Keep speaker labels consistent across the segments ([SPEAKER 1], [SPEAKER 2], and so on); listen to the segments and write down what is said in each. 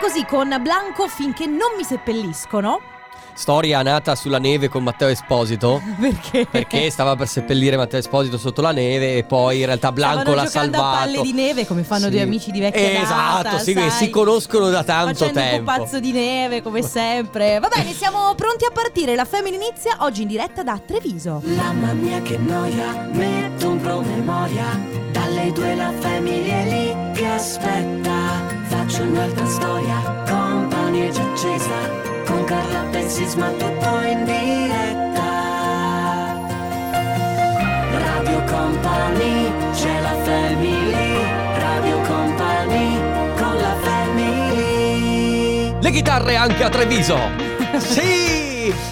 [SPEAKER 1] così con Blanco finché non mi seppelliscono.
[SPEAKER 2] Storia nata sulla neve con Matteo Esposito.
[SPEAKER 1] Perché?
[SPEAKER 2] Perché stava per seppellire Matteo Esposito sotto la neve e poi in realtà Blanco
[SPEAKER 1] Stavano
[SPEAKER 2] l'ha
[SPEAKER 1] giocando
[SPEAKER 2] salvato.
[SPEAKER 1] a palle di neve come fanno
[SPEAKER 2] Sì.
[SPEAKER 1] due amici di vecchia
[SPEAKER 2] Esatto,
[SPEAKER 1] data,
[SPEAKER 2] sì,
[SPEAKER 1] sai?
[SPEAKER 2] si conoscono da tanto
[SPEAKER 1] Facendo un
[SPEAKER 2] tempo.
[SPEAKER 1] pazzo di neve come sempre. Va bene, siamo pronti a partire. La Family inizia oggi in diretta da Treviso.
[SPEAKER 3] Mamma mia che noia, metto un promemoria Dalle due la famiglia è lì che aspetta Faccio un'altra storia, compagnia già accesa Con Carla Bensisma tutto in diretta Radio Company, c'è la family Radio Company, con la family
[SPEAKER 2] Le chitarre anche a Treviso. sì!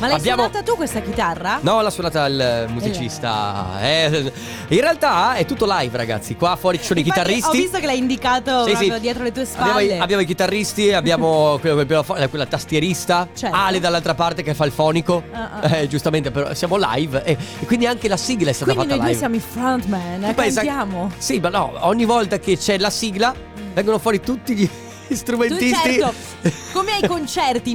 [SPEAKER 1] Ma l'hai
[SPEAKER 2] Abbiamo-
[SPEAKER 1] suonata tu questa chitarra?
[SPEAKER 2] No, l'ha suonata il musicista. Eh, in realtà è tutto live, ragazzi. Qua fuori ci sono i
[SPEAKER 1] Infatti,
[SPEAKER 2] chitarristi.
[SPEAKER 1] Ho visto che l'hai indicato
[SPEAKER 2] Sì, sì.
[SPEAKER 1] proprio dietro le tue spalle.
[SPEAKER 2] Abbiamo i, abbiamo i chitarristi, abbiamo quello che abbiamo fa- quella, tastierista,
[SPEAKER 1] Certo.
[SPEAKER 2] Ale dall'altra parte che fa il fonico.
[SPEAKER 1] Ah, ah.
[SPEAKER 2] Eh, giustamente, però siamo live e, e quindi anche la sigla è stata
[SPEAKER 1] Quindi noi
[SPEAKER 2] fatta
[SPEAKER 1] due
[SPEAKER 2] live.
[SPEAKER 1] siamo i frontman,
[SPEAKER 2] Tu pensa-
[SPEAKER 1] cantiamo. Mm.
[SPEAKER 2] Sì, ma no, ogni volta che c'è la sigla vengono fuori tutti gli
[SPEAKER 1] Tu
[SPEAKER 2] strumentisti.
[SPEAKER 1] certo, come ai concerti,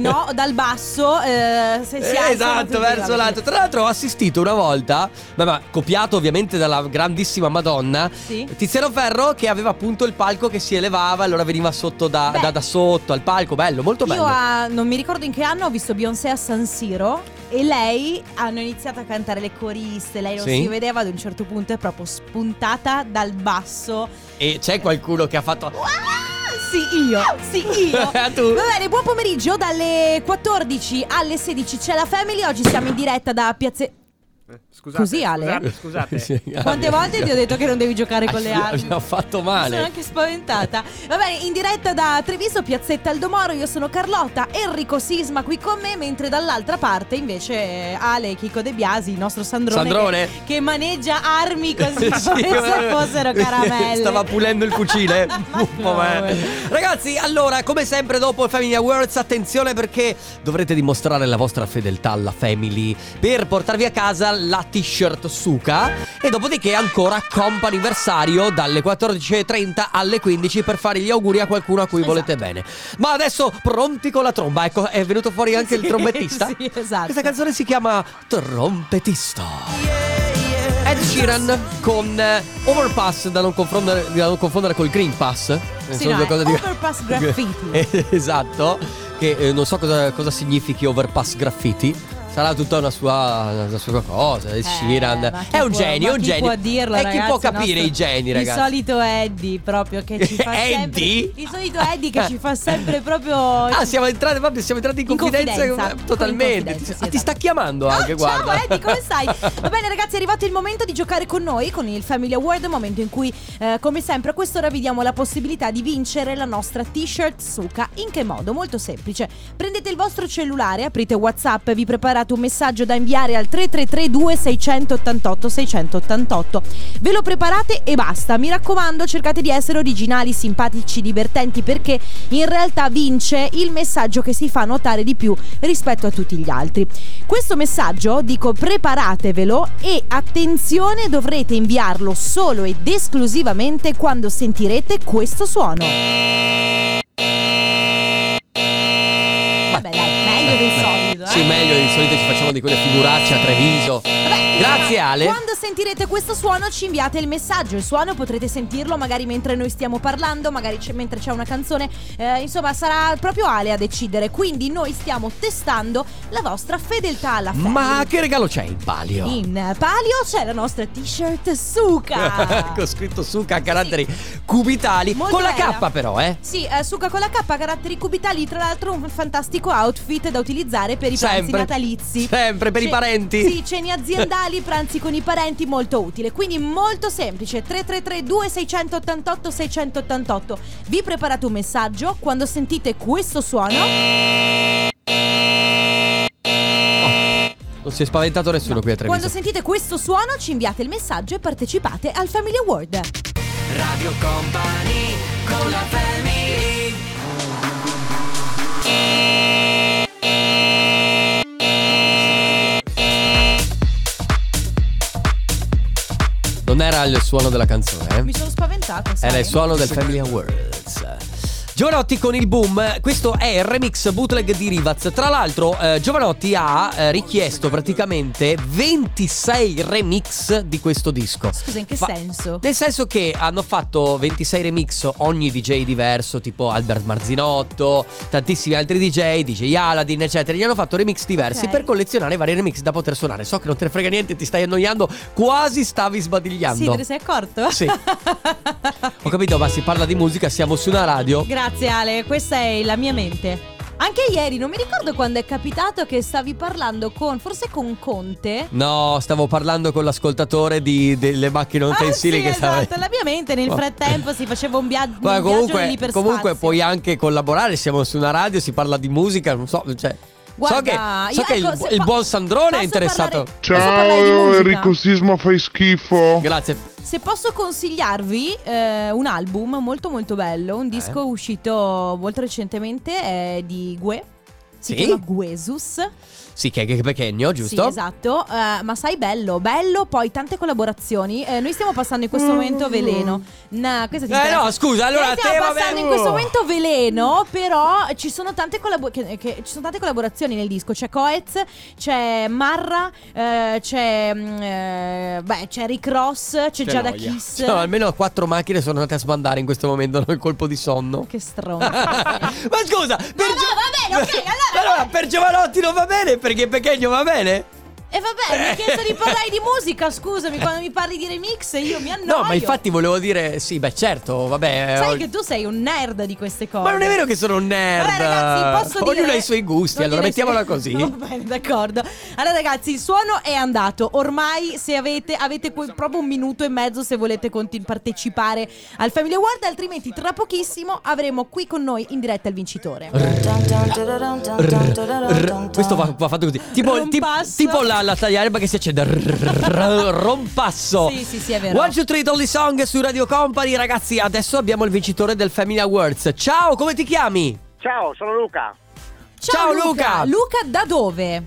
[SPEAKER 1] no? Dal basso, eh, se si alzano
[SPEAKER 2] Eh, esatto,
[SPEAKER 1] tutti,
[SPEAKER 2] verso
[SPEAKER 1] vabbè.
[SPEAKER 2] l'alto. Tra l'altro ho assistito una volta, ma, ma copiato ovviamente dalla grandissima Madonna,
[SPEAKER 1] Sì.
[SPEAKER 2] Tiziano Ferro che aveva appunto il palco che si elevava, allora veniva sotto da,
[SPEAKER 1] Beh.
[SPEAKER 2] da- da sotto al palco, bello, molto
[SPEAKER 1] Io
[SPEAKER 2] bello.
[SPEAKER 1] a- non mi ricordo in che anno ho visto Beyoncé a San Siro e lei hanno iniziato a cantare le coriste, lei non
[SPEAKER 2] Sì.
[SPEAKER 1] si vedeva ad un certo punto è proprio spuntata dal basso.
[SPEAKER 2] E c'è qualcuno che ha fatto...
[SPEAKER 1] Ah, sì, io, sì, io.
[SPEAKER 2] tu.
[SPEAKER 1] Va bene, buon pomeriggio dalle 14 alle 16 c'è la Family, oggi siamo in diretta da Piazze
[SPEAKER 4] Eh, Scusate,
[SPEAKER 1] Così, Ale?
[SPEAKER 4] Scusate, scusate.
[SPEAKER 2] Sì,
[SPEAKER 1] Quante volte ti ho detto che non devi giocare con le
[SPEAKER 2] Abbiamo-
[SPEAKER 1] armi?
[SPEAKER 2] Abbiamo fatto
[SPEAKER 1] Mi sono
[SPEAKER 2] male.
[SPEAKER 1] anche spaventata. Va bene, in diretta da Treviso, Piazzetta Aldomoro, io sono Carlotta, Enrico Sisma qui con me, mentre dall'altra parte invece Ale Chico De Biasi, il nostro Sandrone,
[SPEAKER 2] Sandrone?
[SPEAKER 1] Che, che maneggia armi così
[SPEAKER 2] Sì,
[SPEAKER 1] come se
[SPEAKER 2] ma-
[SPEAKER 1] fossero caramelle.
[SPEAKER 2] Stava pulendo il fucile. eh.
[SPEAKER 1] Ma eh.
[SPEAKER 2] Un po' me.
[SPEAKER 1] come?
[SPEAKER 2] Ragazzi, allora, come sempre dopo il Family Awards, attenzione perché dovrete dimostrare la vostra fedeltà alla Family per portarvi a casa la t-shirt Suka e dopodiché ancora comp'anniversario dalle 14.30 alle 15 per fare gli auguri a qualcuno a cui
[SPEAKER 1] Esatto.
[SPEAKER 2] volete bene. Ma adesso pronti con la tromba, ecco, è venuto fuori anche il
[SPEAKER 1] Sì,
[SPEAKER 2] trombettista.
[SPEAKER 1] sì, esatto.
[SPEAKER 2] Questa canzone si chiama Trompettista. Ed Sheeran con eh, Overpass da non confondere, da non confondere col Green Pass. Eh,
[SPEAKER 1] Sì,
[SPEAKER 2] sono
[SPEAKER 1] no,
[SPEAKER 2] due cose
[SPEAKER 1] è
[SPEAKER 2] diverse.
[SPEAKER 1] Overpass Graffiti.
[SPEAKER 2] Eh, esatto, che eh, non so cosa, cosa significhi Overpass Graffiti. Sarà tutta una sua, una sua cosa. Ed Sheeran
[SPEAKER 1] Eh, ma chi
[SPEAKER 2] è un
[SPEAKER 1] può-
[SPEAKER 2] genio,
[SPEAKER 1] ma
[SPEAKER 2] un
[SPEAKER 1] chi
[SPEAKER 2] genio.
[SPEAKER 1] può dirlo,
[SPEAKER 2] e chi
[SPEAKER 1] ragazzi,
[SPEAKER 2] può
[SPEAKER 1] il
[SPEAKER 2] capire
[SPEAKER 1] nostro-
[SPEAKER 2] i geni, ragazzi?
[SPEAKER 1] Il solito Eddie proprio che ci fa sempre
[SPEAKER 2] Eddie?
[SPEAKER 1] Il solito Eddie che ci fa sempre proprio
[SPEAKER 2] Ah, siamo entrati, proprio, siamo entrati in,
[SPEAKER 1] In
[SPEAKER 2] confidenza,
[SPEAKER 1] confidenza,
[SPEAKER 2] eh, totalmente.
[SPEAKER 1] in confidenza, sì,
[SPEAKER 2] ah, ti sta
[SPEAKER 1] esatto.
[SPEAKER 2] chiamando
[SPEAKER 1] Ah,
[SPEAKER 2] anche, guarda.
[SPEAKER 1] Ciao Eddie, come stai? Va bene ragazzi, è arrivato il momento di giocare con noi, con il Family Award, momento in cui, eh, come sempre, a quest'ora vi diamo la possibilità di vincere la nostra t-shirt Suka. In che modo? Molto semplice. Prendete il vostro cellulare, aprite WhatsApp, vi preparate un messaggio da inviare al 3332 688 688. Ve lo preparate e basta. Mi raccomando, cercate di essere originali, simpatici, divertenti perché in realtà vince il messaggio che si fa notare di più rispetto a tutti gli altri. Questo messaggio, dico preparatevelo e attenzione dovrete inviarlo solo ed esclusivamente quando sentirete questo suono. Vabbè dai, meglio del solito, eh?
[SPEAKER 2] Sì, meglio, di solito ci facciamo di quelle figuracce a Treviso.
[SPEAKER 1] Vabbè,
[SPEAKER 2] Grazie,
[SPEAKER 1] allora,
[SPEAKER 2] Ale.
[SPEAKER 1] Quando sentirete questo suono ci inviate il messaggio. Il suono potrete sentirlo magari mentre noi stiamo parlando, magari c'è- mentre c'è una canzone. Eh, insomma, sarà proprio Ale a decidere. Quindi noi stiamo testando la vostra fedeltà alla fede.
[SPEAKER 2] Ma che regalo c'è in palio?
[SPEAKER 1] in palio c'è la nostra t-shirt Suka.
[SPEAKER 2] Con scritto suca a caratteri cubitali.
[SPEAKER 1] Molto
[SPEAKER 2] con la
[SPEAKER 1] bella.
[SPEAKER 2] K però, eh.
[SPEAKER 1] Sì, eh, Suka con la K, caratteri cubitali, tra l'altro un fantastico outfit da utilizzare per i pranzi
[SPEAKER 2] Sempre.
[SPEAKER 1] natalizi.
[SPEAKER 2] Sempre per i
[SPEAKER 1] Ce-
[SPEAKER 2] parenti.
[SPEAKER 1] Sì, ceni aziendali, pranzi con i parenti, molto utile. Quindi molto semplice, 3332 688 688. Vi preparate un messaggio, quando sentite questo
[SPEAKER 2] Eh,
[SPEAKER 1] suono...
[SPEAKER 2] Non si è spaventato nessuno qui a Treviso.
[SPEAKER 1] Quando sentite questo suono ci inviate il messaggio e partecipate al Family Award.
[SPEAKER 3] Radio Company, con la family
[SPEAKER 2] Non era il suono della canzone, eh.
[SPEAKER 1] Mi sono spaventata. sai?
[SPEAKER 2] eh? Era il suono del Family Awards. Giovanotti con il boom, questo è il remix bootleg di Rivaz. Tra l'altro, eh, Giovanotti ha eh, richiesto praticamente 26 remix di questo disco.
[SPEAKER 1] Scusa, in che
[SPEAKER 2] Fa-
[SPEAKER 1] senso?
[SPEAKER 2] Nel senso che hanno fatto 26 remix ogni DJ diverso, tipo Albert Marzinotto, tantissimi altri DJ, DJ Aladdin, eccetera. Gli hanno fatto remix diversi
[SPEAKER 1] Ok.
[SPEAKER 2] per collezionare vari remix da poter suonare. So che non te ne frega niente, ti stai annoiando, quasi stavi
[SPEAKER 1] Sì,
[SPEAKER 2] sbadigliando.
[SPEAKER 1] te ne sei accorto?
[SPEAKER 2] Sì. Ho capito, ma si parla di musica, siamo su una radio.
[SPEAKER 1] Grazie Ale, questa è la mia mente. Anche ieri, non mi ricordo quando è capitato che stavi parlando con, forse con Conte.
[SPEAKER 2] No, stavo parlando con l'ascoltatore di- delle macchine
[SPEAKER 1] Ah,
[SPEAKER 2] utensili
[SPEAKER 1] sì,
[SPEAKER 2] che stava.
[SPEAKER 1] esatto, la mia mente nel frattempo si faceva un, via-
[SPEAKER 2] Ma
[SPEAKER 1] un viaggio
[SPEAKER 2] comunque,
[SPEAKER 1] lì per
[SPEAKER 2] comunque
[SPEAKER 1] spazi.
[SPEAKER 2] puoi anche collaborare, siamo su una radio, si parla di musica, non so, cioè, so che,
[SPEAKER 1] Guarda,
[SPEAKER 2] so
[SPEAKER 1] io-
[SPEAKER 2] che
[SPEAKER 1] ecco,
[SPEAKER 2] il,
[SPEAKER 1] se
[SPEAKER 2] il
[SPEAKER 1] po-
[SPEAKER 2] buon Sandrone è
[SPEAKER 1] posso
[SPEAKER 2] interessato.
[SPEAKER 1] parlare- posso parlare
[SPEAKER 4] Ciao,
[SPEAKER 1] di musica?
[SPEAKER 4] Enrico Cioè, eh, Sisma fai schifo.
[SPEAKER 2] Grazie.
[SPEAKER 1] Se posso consigliarvi eh, un album molto molto bello,
[SPEAKER 2] Eh.
[SPEAKER 1] un disco uscito molto recentemente è di Gue.
[SPEAKER 2] Sì?
[SPEAKER 1] Si chiama Guesus.
[SPEAKER 2] Sì, che che pechegno, giusto?
[SPEAKER 1] Sì, esatto. Eh, ma sai, bello, bello, poi tante collaborazioni. Eh, noi stiamo passando in questo momento veleno. Nah, questa ti
[SPEAKER 2] Mm. Eh
[SPEAKER 1] interessa.
[SPEAKER 2] no, scusa, allora
[SPEAKER 1] Noi
[SPEAKER 2] te
[SPEAKER 1] stiamo
[SPEAKER 2] vabbè. oh. uh.
[SPEAKER 1] passando esatto. in questo momento veleno, però ci sono tante, collabo- che- che- ci sono tante collaborazioni nel disco. C'è Coez, c'è Marra, eh, c'è, mm, eh, beh, c'è Rick Ross, c'è, Giada
[SPEAKER 2] noia.
[SPEAKER 1] Kiss.
[SPEAKER 2] No, almeno quattro macchine sono andate a sbandare in questo momento, no? il colpo di sonno.
[SPEAKER 1] Che stronzo.
[SPEAKER 2] Ma scusa, per
[SPEAKER 1] no, va bene, ok, allora-
[SPEAKER 2] per Giovanotti non va bene, perché Pechegno va bene?
[SPEAKER 1] e vabbè, mi hai chiesto di parlare di musica, scusami, quando mi parli di remix io mi annoio.
[SPEAKER 2] No, ma infatti volevo dire, sì, beh certo, vabbè.
[SPEAKER 1] Sai
[SPEAKER 2] ho-
[SPEAKER 1] che tu sei un nerd di queste cose.
[SPEAKER 2] Ma non è vero che sono un nerd.
[SPEAKER 1] Vabbè, ragazzi, posso dire.
[SPEAKER 2] Ognuno ha i suoi gusti,
[SPEAKER 1] Ognuno
[SPEAKER 2] allora
[SPEAKER 1] ha i suoi-
[SPEAKER 2] mettiamola così.
[SPEAKER 1] Va bene, d'accordo. Allora, ragazzi, il suono è andato. Ormai, se avete, avete que- proprio un minuto e mezzo se volete conti- partecipare al Family Award. Altrimenti, tra pochissimo avremo qui con noi in diretta il vincitore.
[SPEAKER 2] Rrr, Questo va, va fatto così. Tipo, ti-
[SPEAKER 1] Rompasso.
[SPEAKER 2] tipo la, la tagliarba che si accende. Rrr, Rompasso.
[SPEAKER 1] Sì, sì, sì, è vero.
[SPEAKER 2] One, two, three, Dolly Song su Radio Company. Ragazzi, adesso abbiamo il vincitore del Family Awards. Ciao, come ti chiami?
[SPEAKER 5] Ciao, sono Luca.
[SPEAKER 2] Ciao, Luca.
[SPEAKER 1] Luca, da dove?
[SPEAKER 5] Da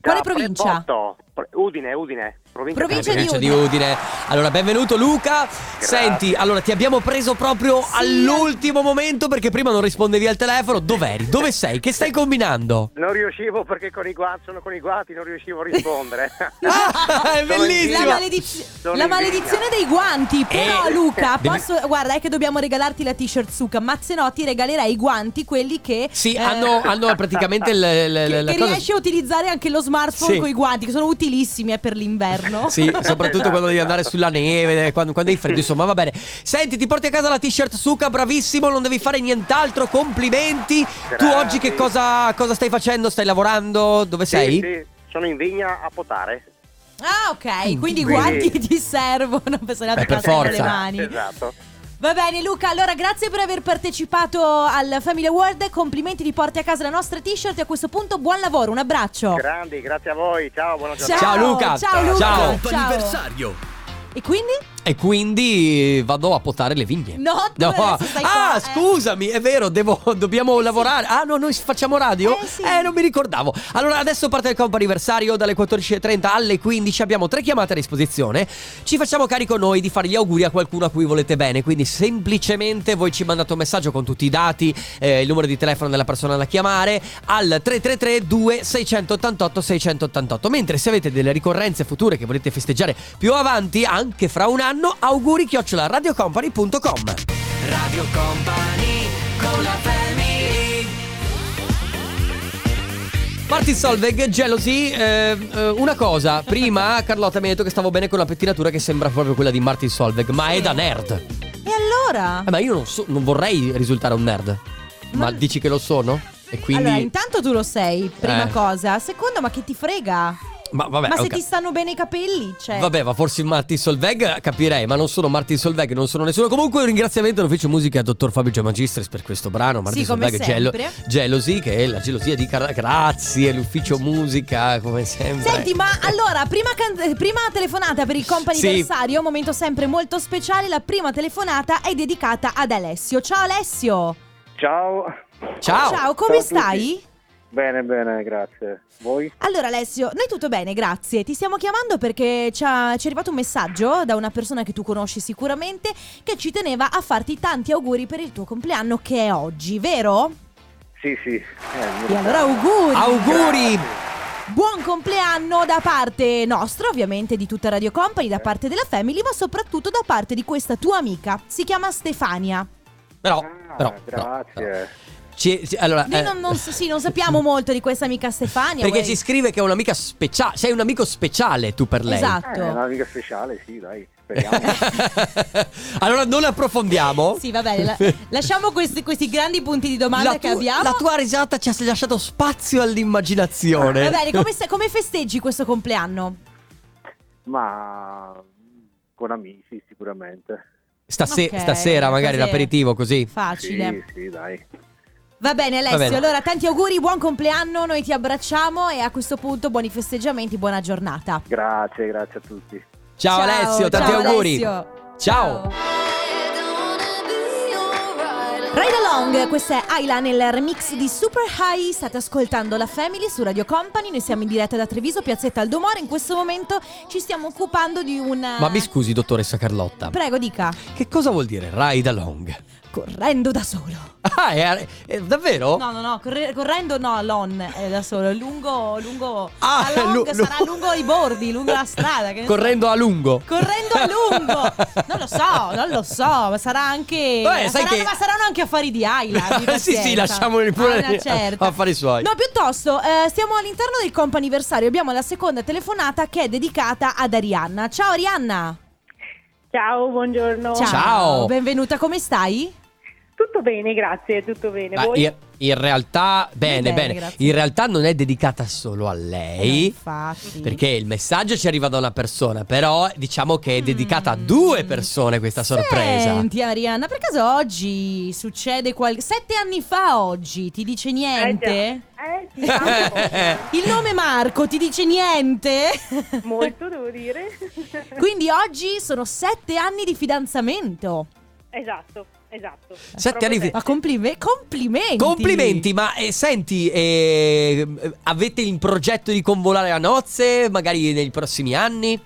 [SPEAKER 1] Quale provincia?
[SPEAKER 5] Prepotto. Pro- Udine, Udine. Provincia
[SPEAKER 1] Provincia
[SPEAKER 5] di Udine.
[SPEAKER 2] Provincia di
[SPEAKER 1] Udine.
[SPEAKER 2] Udine. Allora, benvenuto Luca.
[SPEAKER 5] Grazie.
[SPEAKER 2] Senti, allora ti abbiamo preso proprio all'ultimo momento perché prima non rispondevi al telefono. Dov'eri? Dove sei? Che stai combinando?
[SPEAKER 5] Non riuscivo perché con i guati, sono con i guati, non riuscivo a rispondere.
[SPEAKER 2] Ah, è
[SPEAKER 5] Sono in
[SPEAKER 2] bellissimo.
[SPEAKER 1] La,
[SPEAKER 5] vigna.
[SPEAKER 1] maledizio-
[SPEAKER 5] Sono
[SPEAKER 1] la
[SPEAKER 5] in vigna.
[SPEAKER 1] maledizione dei guanti. Però,
[SPEAKER 2] Eh,
[SPEAKER 1] Luca,
[SPEAKER 2] devi-
[SPEAKER 1] posso- guarda, è che dobbiamo regalarti la t-shirt Suka, ma se no ti regalerai i guanti, quelli che.
[SPEAKER 2] Sì,
[SPEAKER 1] eh,
[SPEAKER 2] hanno, hanno praticamente il- il-
[SPEAKER 1] Che,
[SPEAKER 2] Eh, la
[SPEAKER 1] che
[SPEAKER 2] cosa-
[SPEAKER 1] riesci a utilizzare anche lo smartphone
[SPEAKER 2] Sì.
[SPEAKER 1] con i guanti, che sono utilissimi eh, per l'inverno.
[SPEAKER 2] Sì, soprattutto
[SPEAKER 5] Esatto,
[SPEAKER 2] quando devi andare
[SPEAKER 5] esatto.
[SPEAKER 2] sulla neve, eh, quando, quando hai freddo, insomma, va bene. Senti, ti porti a casa la t-shirt Suka, bravissimo, non devi fare nient'altro, complimenti. Tu
[SPEAKER 5] Grazie.
[SPEAKER 2] oggi che cosa, cosa stai facendo? Stai lavorando? Dove
[SPEAKER 5] Sì,
[SPEAKER 2] sei?
[SPEAKER 5] sì, sono in vigna a potare.
[SPEAKER 1] Ah, ok. Quindi i
[SPEAKER 5] Beh.
[SPEAKER 1] guanti ti servono per se no
[SPEAKER 2] Beh,
[SPEAKER 1] ti
[SPEAKER 2] Eh, per
[SPEAKER 1] cascano le
[SPEAKER 2] forza.
[SPEAKER 1] mani.
[SPEAKER 5] Esatto.
[SPEAKER 1] Va bene, Luca. Allora, grazie per aver partecipato al Family Award. Complimenti, ti porti a casa la nostra t-shirt. E a questo punto, buon lavoro. Un abbraccio.
[SPEAKER 5] Grandi, grazie a voi. Ciao, buona giornata.
[SPEAKER 2] Ciao, Luca.
[SPEAKER 1] Oh. Ciao, Luca.
[SPEAKER 2] Ciao.
[SPEAKER 1] Ciao. E quindi?
[SPEAKER 2] E quindi vado a potare le vigne.
[SPEAKER 1] No, tu adesso stai qua,
[SPEAKER 2] ah,
[SPEAKER 1] eh.
[SPEAKER 2] scusami, è vero, devo- dobbiamo lavorare. Ah, no, noi facciamo radio?
[SPEAKER 1] Eh, sì.
[SPEAKER 2] non mi ricordavo. Allora, adesso parte il comp anniversario dalle 14.30 alle 15. Abbiamo tre chiamate a disposizione. Ci facciamo carico noi di fare gli auguri a qualcuno a cui volete bene. Quindi, semplicemente voi ci mandate un messaggio con tutti i dati, eh, il numero di telefono della persona da chiamare al 333-2688-688. Mentre se avete delle ricorrenze future che volete festeggiare più avanti, anche fra un anno, auguri chiocciola radiocompany.com. Radio Company con la family. Martin Solveig, Jealousy, eh, eh, una cosa, prima Carlotta mi ha detto che stavo bene con la pettinatura che sembra proprio quella di Martin Solveig, ma è da nerd.
[SPEAKER 1] E allora?
[SPEAKER 2] Eh, ma io non, so- non vorrei risultare un nerd, ma,
[SPEAKER 1] Ma-
[SPEAKER 2] dici che lo sono? E quindi...
[SPEAKER 1] Allora, intanto tu lo sei, prima
[SPEAKER 2] Eh.
[SPEAKER 1] cosa. Secondo, ma che ti frega?
[SPEAKER 2] ma vabbè,
[SPEAKER 1] ma se
[SPEAKER 2] ok.
[SPEAKER 1] ti stanno bene i capelli, cioè.
[SPEAKER 2] Eh. Vabbè, ma forse Martin Solveig capirei, ma non sono Martin Solveig, non sono nessuno. Comunque un ringraziamento all'ufficio musica a dottor Fabio Giamagistris per questo brano, Martin
[SPEAKER 1] Sì, come
[SPEAKER 2] Solveig
[SPEAKER 1] sempre.
[SPEAKER 2] Gelo- Jealousy, che è la gelosia di Car- grazie, l'ufficio musica, come sempre.
[SPEAKER 1] Senti, ma allora, prima, can- prima telefonata per il company
[SPEAKER 2] Sì.
[SPEAKER 1] anniversario, un momento sempre molto speciale, la prima telefonata è dedicata ad Alessio. Ciao Alessio!
[SPEAKER 5] Ciao.
[SPEAKER 2] Ciao.
[SPEAKER 1] come
[SPEAKER 5] Ciao a tutti.
[SPEAKER 1] stai?
[SPEAKER 5] Bene, bene, grazie. Voi?
[SPEAKER 1] Allora Alessio, noi tutto bene, grazie. Ti stiamo chiamando perché ci, ha- ci è arrivato un messaggio da una persona che tu conosci sicuramente che ci teneva a farti tanti auguri per il tuo compleanno che è oggi, vero?
[SPEAKER 5] Sì, sì. eh, mi
[SPEAKER 1] E
[SPEAKER 5] ricordo.
[SPEAKER 1] allora auguri!
[SPEAKER 2] Auguri!
[SPEAKER 1] Buon compleanno da parte nostra, ovviamente di tutta Radio Company, da parte della Family, ma soprattutto da parte di questa tua amica. Si chiama Stefania.
[SPEAKER 2] Però,
[SPEAKER 5] Ah,
[SPEAKER 2] però, però,
[SPEAKER 5] grazie.
[SPEAKER 2] però. Ci- ci- allora,
[SPEAKER 1] Noi
[SPEAKER 2] eh,
[SPEAKER 1] non, non- sì, non sappiamo molto di questa amica Stefania.
[SPEAKER 2] Perché
[SPEAKER 1] vuoi-
[SPEAKER 2] ci scrive che è un'amica speciale, sei un amico speciale tu per lei.
[SPEAKER 5] Eh, è
[SPEAKER 1] Esatto.
[SPEAKER 5] una amica speciale, sì, dai. Speriamo.
[SPEAKER 2] allora non approfondiamo.
[SPEAKER 1] Sì, va bene. la- lasciamo questi, questi grandi punti di domanda
[SPEAKER 2] La,
[SPEAKER 1] che
[SPEAKER 2] tu-
[SPEAKER 1] abbiamo.
[SPEAKER 2] la tua risata ci ha lasciato spazio all'immaginazione.
[SPEAKER 1] Va bene, come, se- come festeggi questo compleanno?
[SPEAKER 5] Ma con amici sicuramente.
[SPEAKER 2] Stase-
[SPEAKER 1] Ok,
[SPEAKER 2] Stasera magari
[SPEAKER 1] cos'è?
[SPEAKER 2] l'aperitivo così.
[SPEAKER 1] Facile.
[SPEAKER 5] Sì, sì, dai.
[SPEAKER 1] Va bene Alessio,
[SPEAKER 2] Va bene.
[SPEAKER 1] allora tanti auguri, buon compleanno, noi ti abbracciamo e a questo punto buoni festeggiamenti, buona giornata.
[SPEAKER 5] Grazie, grazie a tutti.
[SPEAKER 2] Ciao, Alessio, tanti
[SPEAKER 1] ciao
[SPEAKER 2] auguri.
[SPEAKER 1] Alessio.
[SPEAKER 2] Ciao.
[SPEAKER 1] Ride Along, questa è Ayla nel remix di Super High, state ascoltando la Family su Radio Company, noi siamo in diretta da Treviso, Piazzetta Aldomoro, in questo momento ci stiamo occupando di un...
[SPEAKER 2] Ma mi scusi, dottoressa Carlotta.
[SPEAKER 1] Prego, dica,
[SPEAKER 2] che cosa vuol dire ride along?
[SPEAKER 1] correndo da solo.
[SPEAKER 2] Ah, è, è davvero?
[SPEAKER 1] No, no, no, corre- correndo no, l'on è da solo, è lungo, lungo...
[SPEAKER 2] Ah,
[SPEAKER 1] la long
[SPEAKER 2] lu- lu-
[SPEAKER 1] sarà lungo i bordi, lungo la strada. Che ne so.
[SPEAKER 2] Correndo a lungo.
[SPEAKER 1] Correndo a lungo, non lo so, non lo so, ma sarà anche.
[SPEAKER 2] Beh,
[SPEAKER 1] ma,
[SPEAKER 2] sai
[SPEAKER 1] saranno,
[SPEAKER 2] che-
[SPEAKER 1] ma saranno anche affari di Ayla. di
[SPEAKER 2] sì, sì,
[SPEAKER 1] pazienza.
[SPEAKER 2] lasciamoli
[SPEAKER 1] Ah,
[SPEAKER 2] pure
[SPEAKER 1] una certa.
[SPEAKER 2] a fare i suoi.
[SPEAKER 1] No, piuttosto, eh, siamo all'interno del comp anniversario. Abbiamo la seconda telefonata che è dedicata ad Arianna. Ciao Arianna!
[SPEAKER 6] Ciao, buongiorno.
[SPEAKER 2] Ciao.
[SPEAKER 1] Benvenuta, come stai?
[SPEAKER 6] Tutto bene, grazie, tutto bene.
[SPEAKER 2] Ma
[SPEAKER 6] Voi? Eh,
[SPEAKER 2] in, in realtà, bene,
[SPEAKER 1] Bene,
[SPEAKER 2] bene.
[SPEAKER 1] grazie.
[SPEAKER 2] In realtà non è dedicata solo a
[SPEAKER 1] Eh,
[SPEAKER 2] lei.
[SPEAKER 1] Infatti.
[SPEAKER 2] Perché il messaggio ci arriva da una persona, però diciamo che è dedicata a
[SPEAKER 1] Mm.
[SPEAKER 2] due persone questa sorpresa.
[SPEAKER 1] Senti Arianna, per caso oggi succede qualcosa? Sette anni fa oggi, ti dice
[SPEAKER 6] Eh, già.
[SPEAKER 1] niente?
[SPEAKER 6] Eh, sì, tanto.
[SPEAKER 1] Il nome Marco ti dice niente?
[SPEAKER 6] molto devo dire.
[SPEAKER 1] Quindi oggi sono sette anni di fidanzamento.
[SPEAKER 6] esatto, esatto.
[SPEAKER 2] Sette anni
[SPEAKER 6] Proprio
[SPEAKER 1] Ma
[SPEAKER 6] te.
[SPEAKER 1] complime- complimenti.
[SPEAKER 2] Eh. Complimenti, ma eh, senti, eh, avete in progetto di convolare a nozze, magari nei prossimi anni?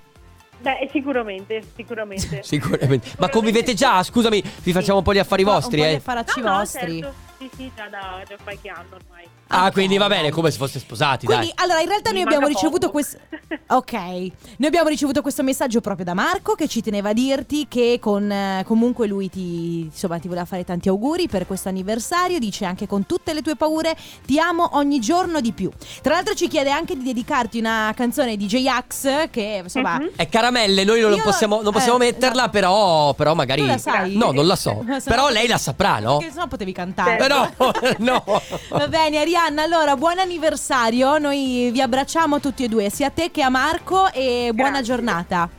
[SPEAKER 6] Beh, sicuramente, sicuramente.
[SPEAKER 2] Sicuramente. Ma convivete già? Scusami, vi facciamo un po' gli affari
[SPEAKER 1] Ma
[SPEAKER 2] vostri,
[SPEAKER 1] un po'
[SPEAKER 2] eh.
[SPEAKER 1] gli affaracci
[SPEAKER 6] No, no,
[SPEAKER 1] vostri.
[SPEAKER 6] certo. Sì, sì, già da già qualche anno ormai.
[SPEAKER 2] Ah,
[SPEAKER 1] Ok,
[SPEAKER 2] quindi va bene,
[SPEAKER 1] dai.
[SPEAKER 2] come se foste sposati,
[SPEAKER 1] Quindi,
[SPEAKER 2] dai.
[SPEAKER 1] allora, in realtà
[SPEAKER 6] Mi
[SPEAKER 1] noi abbiamo
[SPEAKER 6] manca
[SPEAKER 1] ricevuto
[SPEAKER 6] poco.
[SPEAKER 1] questo. Ok, noi abbiamo ricevuto questo messaggio proprio da Marco che ci teneva a dirti che con, eh, comunque lui ti, insomma, ti voleva fare tanti auguri per questo anniversario, dice anche con tutte le tue paure ti amo ogni giorno di più. Tra l'altro ci chiede anche di dedicarti una canzone di J-Ax che insomma...
[SPEAKER 6] Mhm.
[SPEAKER 2] È caramelle, noi non
[SPEAKER 1] Io-
[SPEAKER 2] possiamo, non possiamo
[SPEAKER 1] eh,
[SPEAKER 2] metterla,
[SPEAKER 1] esatto.
[SPEAKER 2] però, però magari...
[SPEAKER 1] Tu la sai?
[SPEAKER 2] No, non la so.
[SPEAKER 1] Se no-
[SPEAKER 2] però lei la saprà, no?
[SPEAKER 1] Perché sennò potevi cantare.
[SPEAKER 2] Eh, no, no.
[SPEAKER 1] Va bene, Arianna, allora buon anniversario. Noi vi abbracciamo tutti e due, sia a te che a Marco, e buona
[SPEAKER 6] Grazie.
[SPEAKER 1] giornata.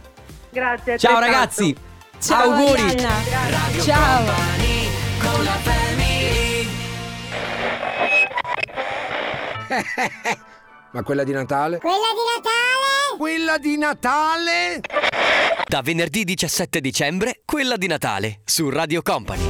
[SPEAKER 6] Grazie.
[SPEAKER 2] Ciao
[SPEAKER 6] altrettanto.
[SPEAKER 2] ragazzi. auguri.
[SPEAKER 1] Esatto. Arianna. Ciao.
[SPEAKER 7] Ma quella di Natale? Quella di Natale? Quella di Natale?
[SPEAKER 2] Da venerdì 17 dicembre, quella di Natale, su Radio Company.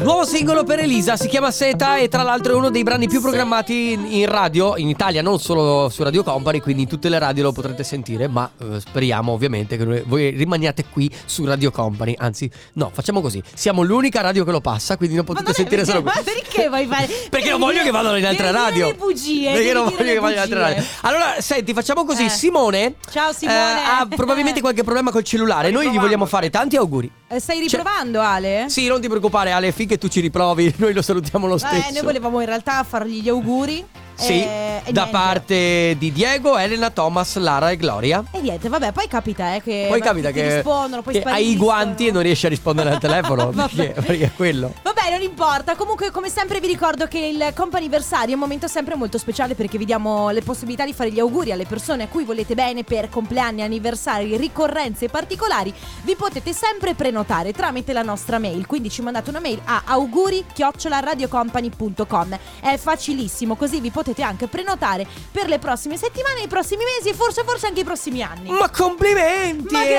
[SPEAKER 2] Nuovo singolo per Elisa, si chiama Seta e tra l'altro è uno dei brani più programmati in, in radio, in Italia, non solo su Radio Company, quindi in tutte le radio lo potrete sentire, ma eh, speriamo ovviamente che noi- voi rimaniate qui su Radio Company, anzi no, facciamo così, siamo l'unica radio che lo passa, quindi non potete
[SPEAKER 1] non è
[SPEAKER 2] sentire
[SPEAKER 1] vero,
[SPEAKER 2] solo qui.
[SPEAKER 1] ma perché vuoi fare-
[SPEAKER 2] Perché non
[SPEAKER 1] devi
[SPEAKER 2] voglio
[SPEAKER 1] dire-
[SPEAKER 2] che vadano in altre
[SPEAKER 1] devi dire
[SPEAKER 2] radio.
[SPEAKER 1] le bugie,
[SPEAKER 2] Perché
[SPEAKER 1] devi
[SPEAKER 2] non
[SPEAKER 1] dire
[SPEAKER 2] voglio
[SPEAKER 1] le
[SPEAKER 2] che vadano in altre
[SPEAKER 1] bugie.
[SPEAKER 2] radio. Allora, senti, facciamo così,
[SPEAKER 1] Eh.
[SPEAKER 2] Simone...
[SPEAKER 1] Ciao
[SPEAKER 2] eh,
[SPEAKER 1] Simone.
[SPEAKER 2] ha probabilmente qualche problema col cellulare. Noi gli vogliamo fare tanti auguri.
[SPEAKER 1] Eh, Stai riprovando Ale?
[SPEAKER 2] Cioè, Sì, non ti preoccupare, Ale, finché tu ci riprovi, noi lo salutiamo lo stesso.
[SPEAKER 1] Eh, noi volevamo in realtà fargli gli auguri.
[SPEAKER 2] Sì,
[SPEAKER 1] eh, e
[SPEAKER 2] da
[SPEAKER 1] niente.
[SPEAKER 2] parte di Diego, Elena, Thomas, Lara e Gloria.
[SPEAKER 1] E niente, vabbè, poi capita eh, che
[SPEAKER 2] poi
[SPEAKER 1] ma
[SPEAKER 2] capita
[SPEAKER 1] tutti
[SPEAKER 2] che,
[SPEAKER 1] rispondono, poi
[SPEAKER 2] che hai i
[SPEAKER 1] spariscono.
[SPEAKER 2] guanti e non riesci a rispondere al telefono.
[SPEAKER 1] Vabbè.
[SPEAKER 2] perché, perché è quello.
[SPEAKER 1] Vabbè, non importa. Comunque, come sempre, vi ricordo che il comp'anniversario è un momento sempre molto speciale perché vi diamo le possibilità di fare gli auguri alle persone a cui volete bene per compleanni, anniversari, ricorrenze particolari. Vi potete sempre prenotare tramite la nostra mail. Quindi ci mandate una mail a auguri-radiocompany.com. È facilissimo, così vi potete anche prenotare per le prossime settimane, i prossimi mesi e forse, forse anche i prossimi anni.
[SPEAKER 2] Ma complimenti!
[SPEAKER 1] Ma
[SPEAKER 2] eh!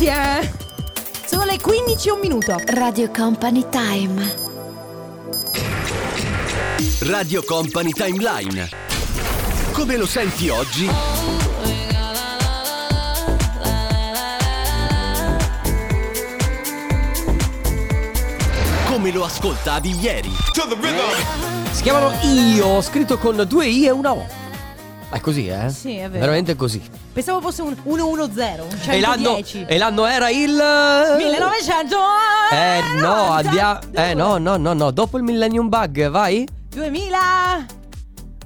[SPEAKER 1] grazie! Sono le 15 e un minuto.
[SPEAKER 8] Radio Company Time. Radio Company Timeline. Come lo senti oggi? Come lo ascoltavi ieri?
[SPEAKER 2] Si chiamano Io, scritto con due I e una O. Ma è così, eh?
[SPEAKER 1] Sì, è vero.
[SPEAKER 2] Veramente così.
[SPEAKER 1] Pensavo fosse un 110, un Eh,
[SPEAKER 2] E l'anno,
[SPEAKER 1] 110.
[SPEAKER 2] e l'anno era il...
[SPEAKER 1] 1900.
[SPEAKER 2] Eh no, andiamo... Eh no, no, no, no, dopo il Millennium Bug, vai.
[SPEAKER 1] 2001.
[SPEAKER 2] Brava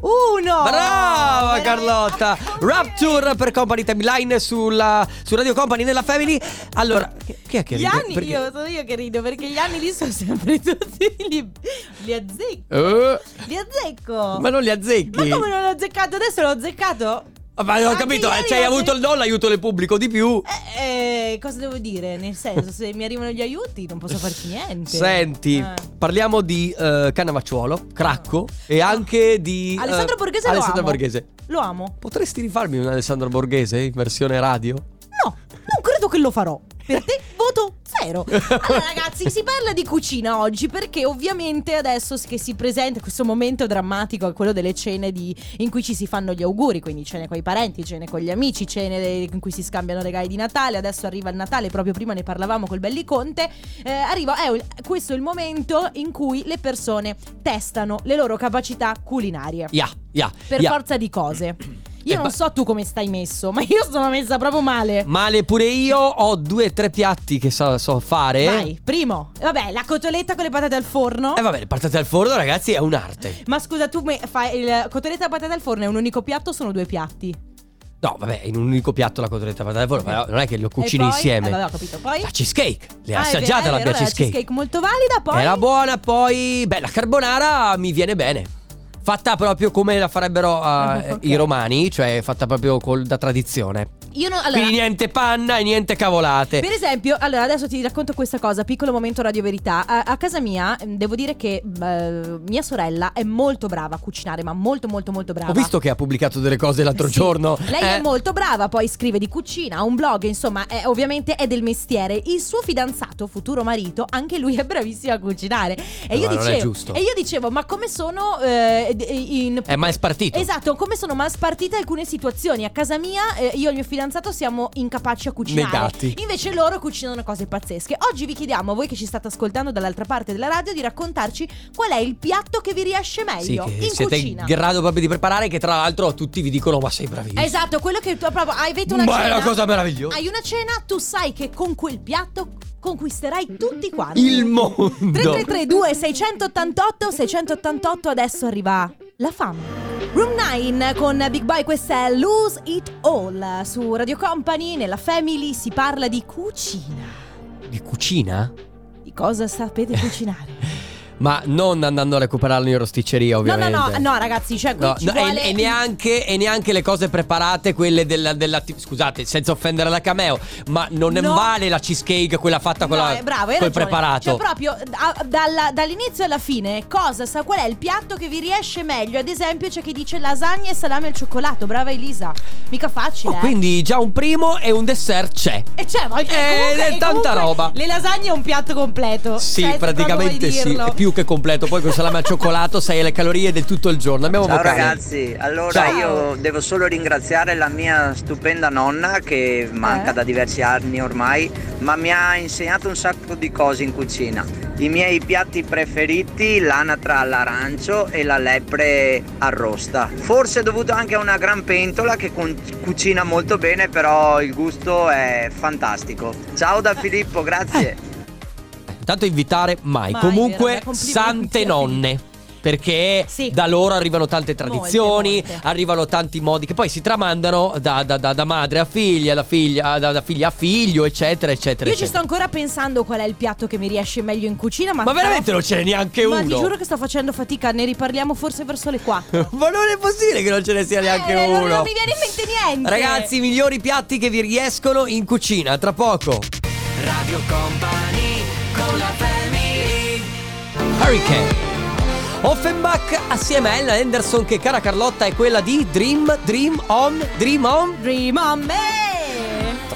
[SPEAKER 1] Oh, Veramente-
[SPEAKER 2] Carlotta!
[SPEAKER 1] Ah, come-
[SPEAKER 2] Rapture per Company Timeline sulla, su Radio Company nella Family. Allora, chi chi è che
[SPEAKER 1] Gli
[SPEAKER 2] ride?
[SPEAKER 1] anni,
[SPEAKER 2] Perché-
[SPEAKER 1] io, sono io che rido perché gli anni lì sono sempre tutti li, li azzecco.
[SPEAKER 2] Eh,
[SPEAKER 1] Li azzecco.
[SPEAKER 2] ma non li
[SPEAKER 1] Ma
[SPEAKER 2] azzecchi.
[SPEAKER 1] come non l'ho azzeccato? Adesso l'ho azzeccato?
[SPEAKER 2] Ah, Ma non ho
[SPEAKER 1] Anche
[SPEAKER 2] capito,
[SPEAKER 1] ieri
[SPEAKER 2] eh, cioè, hai
[SPEAKER 1] ho azzec-
[SPEAKER 2] avuto il no, l'aiuto del pubblico di più.
[SPEAKER 1] Eh, eh, cosa devo dire? Nel senso, se mi arrivano gli aiuti non posso farci niente.
[SPEAKER 2] Senti,
[SPEAKER 1] Eh.
[SPEAKER 2] parliamo di eh, Cannavacciuolo, Cracco e anche di... eh,
[SPEAKER 1] Alessandro Borghese lo
[SPEAKER 2] Alessandro
[SPEAKER 1] amo.
[SPEAKER 2] Borghese.
[SPEAKER 1] Lo amo.
[SPEAKER 2] Potresti rifarmi un Alessandro Borghese in versione radio?
[SPEAKER 1] No, non credo che lo farò. Per te voto zero. Allora, ragazzi, si parla di cucina oggi perché ovviamente adesso che si presenta questo momento drammatico è quello delle cene di- in cui ci si fanno gli auguri, quindi cene con i parenti, cene con gli amici, cene de- in cui si scambiano regali di Natale. Adesso arriva il Natale, proprio prima ne parlavamo col Belli Conte. Eh, arriva, è il- questo è il momento in cui le persone testano le loro capacità culinarie
[SPEAKER 2] Ya, ya.
[SPEAKER 1] per
[SPEAKER 2] ya.
[SPEAKER 1] forza di cose. Io
[SPEAKER 2] Eh,
[SPEAKER 1] non
[SPEAKER 2] ma-
[SPEAKER 1] so tu come stai messo, ma io sono messa proprio male.
[SPEAKER 2] Male pure io, ho due o tre piatti che so, so fare.
[SPEAKER 1] Vai, primo. Vabbè, la cotoletta con le patate al forno.
[SPEAKER 2] E vabbè, le patate al forno, ragazzi, è un'arte.
[SPEAKER 1] Ma scusa, tu me- fai il cotoletta e patate al forno è un unico piatto o sono due piatti?
[SPEAKER 2] No, vabbè, in un unico piatto la cotoletta patate al forno, però non è che lo cucini
[SPEAKER 1] Eh. E poi-
[SPEAKER 2] insieme.
[SPEAKER 1] Eh, vabbè, ho capito. Poi
[SPEAKER 2] La cheesecake, le
[SPEAKER 1] Ah, è
[SPEAKER 2] assaggiate
[SPEAKER 1] vero,
[SPEAKER 2] la
[SPEAKER 1] è
[SPEAKER 2] mia
[SPEAKER 1] vero,
[SPEAKER 2] cheesecake.
[SPEAKER 1] molto valida, poi
[SPEAKER 2] Era buona, poi beh, la carbonara mi viene bene. Fatta proprio come la farebbero eh,
[SPEAKER 1] Ah, Ok.
[SPEAKER 2] i romani, cioè fatta proprio col- da tradizione.
[SPEAKER 1] io non allora
[SPEAKER 2] Quindi niente panna e niente cavolate.
[SPEAKER 1] Per esempio, allora adesso ti racconto questa cosa, piccolo momento radio verità. A, a casa mia ehm, devo dire che eh, mia sorella è molto brava a cucinare, ma molto molto molto brava.
[SPEAKER 2] Ho visto che ha pubblicato delle cose l'altro
[SPEAKER 1] Sì.
[SPEAKER 2] giorno.
[SPEAKER 1] Lei
[SPEAKER 2] eh.
[SPEAKER 1] è molto brava, poi scrive di cucina, ha un blog, insomma, è- ovviamente è del mestiere. Il suo fidanzato, futuro marito, anche lui è bravissimo a cucinare.
[SPEAKER 2] No,
[SPEAKER 1] E, io,
[SPEAKER 2] ma non è
[SPEAKER 1] dicevo,
[SPEAKER 2] giusto.
[SPEAKER 1] e io dicevo, ma come sono eh, d- in...
[SPEAKER 2] È mai spartito.
[SPEAKER 1] Esatto, come sono mal spartite alcune situazioni. A casa mia, eh, io e il mio fidanzato siamo incapaci a cucinare.
[SPEAKER 2] Negati.
[SPEAKER 1] Invece loro cucinano cose pazzesche. Oggi vi chiediamo, a voi che ci state ascoltando dall'altra parte della radio, di raccontarci qual è il piatto che vi riesce
[SPEAKER 2] Sì,
[SPEAKER 1] meglio
[SPEAKER 2] che
[SPEAKER 1] in
[SPEAKER 2] siete
[SPEAKER 1] cucina.
[SPEAKER 2] in grado proprio di preparare, che tra l'altro tutti vi dicono ma sei bravissimo.
[SPEAKER 1] Esatto, quello che tu proprio hai avete una
[SPEAKER 2] Ma
[SPEAKER 1] cena.
[SPEAKER 2] è una cosa meravigliosa.
[SPEAKER 1] Hai una cena, tu sai che con quel piatto conquisterai tutti quanti.
[SPEAKER 2] Il mondo.
[SPEAKER 1] 3332 688 688 adesso arriva la fama. Room 9 con Big Boy, questa è Lose It All su Radio Company, nella Family si parla di cucina.
[SPEAKER 2] Di cucina?
[SPEAKER 1] Di cosa sapete cucinare?
[SPEAKER 2] Ma non andando a recuperarlo in rosticceria,
[SPEAKER 1] no, no,
[SPEAKER 2] ovviamente.
[SPEAKER 1] no, no, ragazzi, cioè qui
[SPEAKER 2] No,
[SPEAKER 1] ci
[SPEAKER 2] no,
[SPEAKER 1] vuole
[SPEAKER 2] e, e neanche, e neanche le cose preparate, quelle della, della- Scusate, senza offendere la cameo, ma non
[SPEAKER 1] No.
[SPEAKER 2] vale la cheesecake quella fatta con
[SPEAKER 1] No,
[SPEAKER 2] la,
[SPEAKER 1] eh, bravo, hai
[SPEAKER 2] col
[SPEAKER 1] ragione.
[SPEAKER 2] preparato.
[SPEAKER 1] Cioè, proprio da- dalla- dall'inizio alla fine, cosa sa qual è il piatto che vi riesce meglio? Ad esempio, c'è chi dice lasagna e salame al cioccolato. Brava Elisa, mica facile.
[SPEAKER 2] Oh,
[SPEAKER 1] eh.
[SPEAKER 2] quindi già un primo e un dessert c'è.
[SPEAKER 1] E c'è, ma
[SPEAKER 2] Eh,
[SPEAKER 1] comunque-
[SPEAKER 2] è
[SPEAKER 1] e
[SPEAKER 2] tanta
[SPEAKER 1] comunque
[SPEAKER 2] roba.
[SPEAKER 1] Le lasagne è un piatto completo.
[SPEAKER 2] Sì,
[SPEAKER 1] Cioè, se
[SPEAKER 2] praticamente
[SPEAKER 1] proprio vuoi
[SPEAKER 2] sì,
[SPEAKER 1] dirlo.
[SPEAKER 2] è più che completo. Poi con salame al cioccolato sei alle calorie del tutto il giorno. Abbiamo
[SPEAKER 9] Ciao
[SPEAKER 2] vocali.
[SPEAKER 9] ragazzi, allora
[SPEAKER 1] Ciao.
[SPEAKER 9] io devo solo ringraziare la mia stupenda nonna che manca
[SPEAKER 1] Eh?
[SPEAKER 9] da diversi anni ormai, ma mi ha insegnato un sacco di cose in cucina. I miei piatti preferiti, l'anatra all'arancio e la lepre arrosta. Forse è dovuto anche a una gran pentola che con- cucina molto bene, però il gusto è fantastico. Ciao da Filippo, grazie.
[SPEAKER 2] Intanto invitare mai.
[SPEAKER 1] Mai,
[SPEAKER 2] Comunque,
[SPEAKER 1] vero, complimenti.
[SPEAKER 2] sante nonne. Perché
[SPEAKER 1] Sì.
[SPEAKER 2] da loro arrivano tante tradizioni,
[SPEAKER 1] Molte, molte.
[SPEAKER 2] arrivano tanti modi che poi si tramandano da, da- da- da madre a figlia, da figlia, da, da figlia a figlio, eccetera, eccetera.
[SPEAKER 1] Io ci sto
[SPEAKER 2] eccetera.
[SPEAKER 1] ancora pensando qual è il piatto che mi riesce meglio in cucina, ma
[SPEAKER 2] Ma veramente non ce n'è neanche
[SPEAKER 1] Ma
[SPEAKER 2] uno.
[SPEAKER 1] ti giuro che sto facendo fatica, ne riparliamo forse verso le 4.
[SPEAKER 2] Ma non è possibile che non ce ne sia neanche
[SPEAKER 1] Eh, non-
[SPEAKER 2] uno.
[SPEAKER 1] non mi viene in mente niente.
[SPEAKER 2] Ragazzi, i migliori piatti che vi riescono in cucina. Tra poco. Radio Company con la Hurricane. Offenbach assieme a Ella Henderson che cara Carlotta è quella di Dream, Dream On, Dream On.
[SPEAKER 1] Dream on me.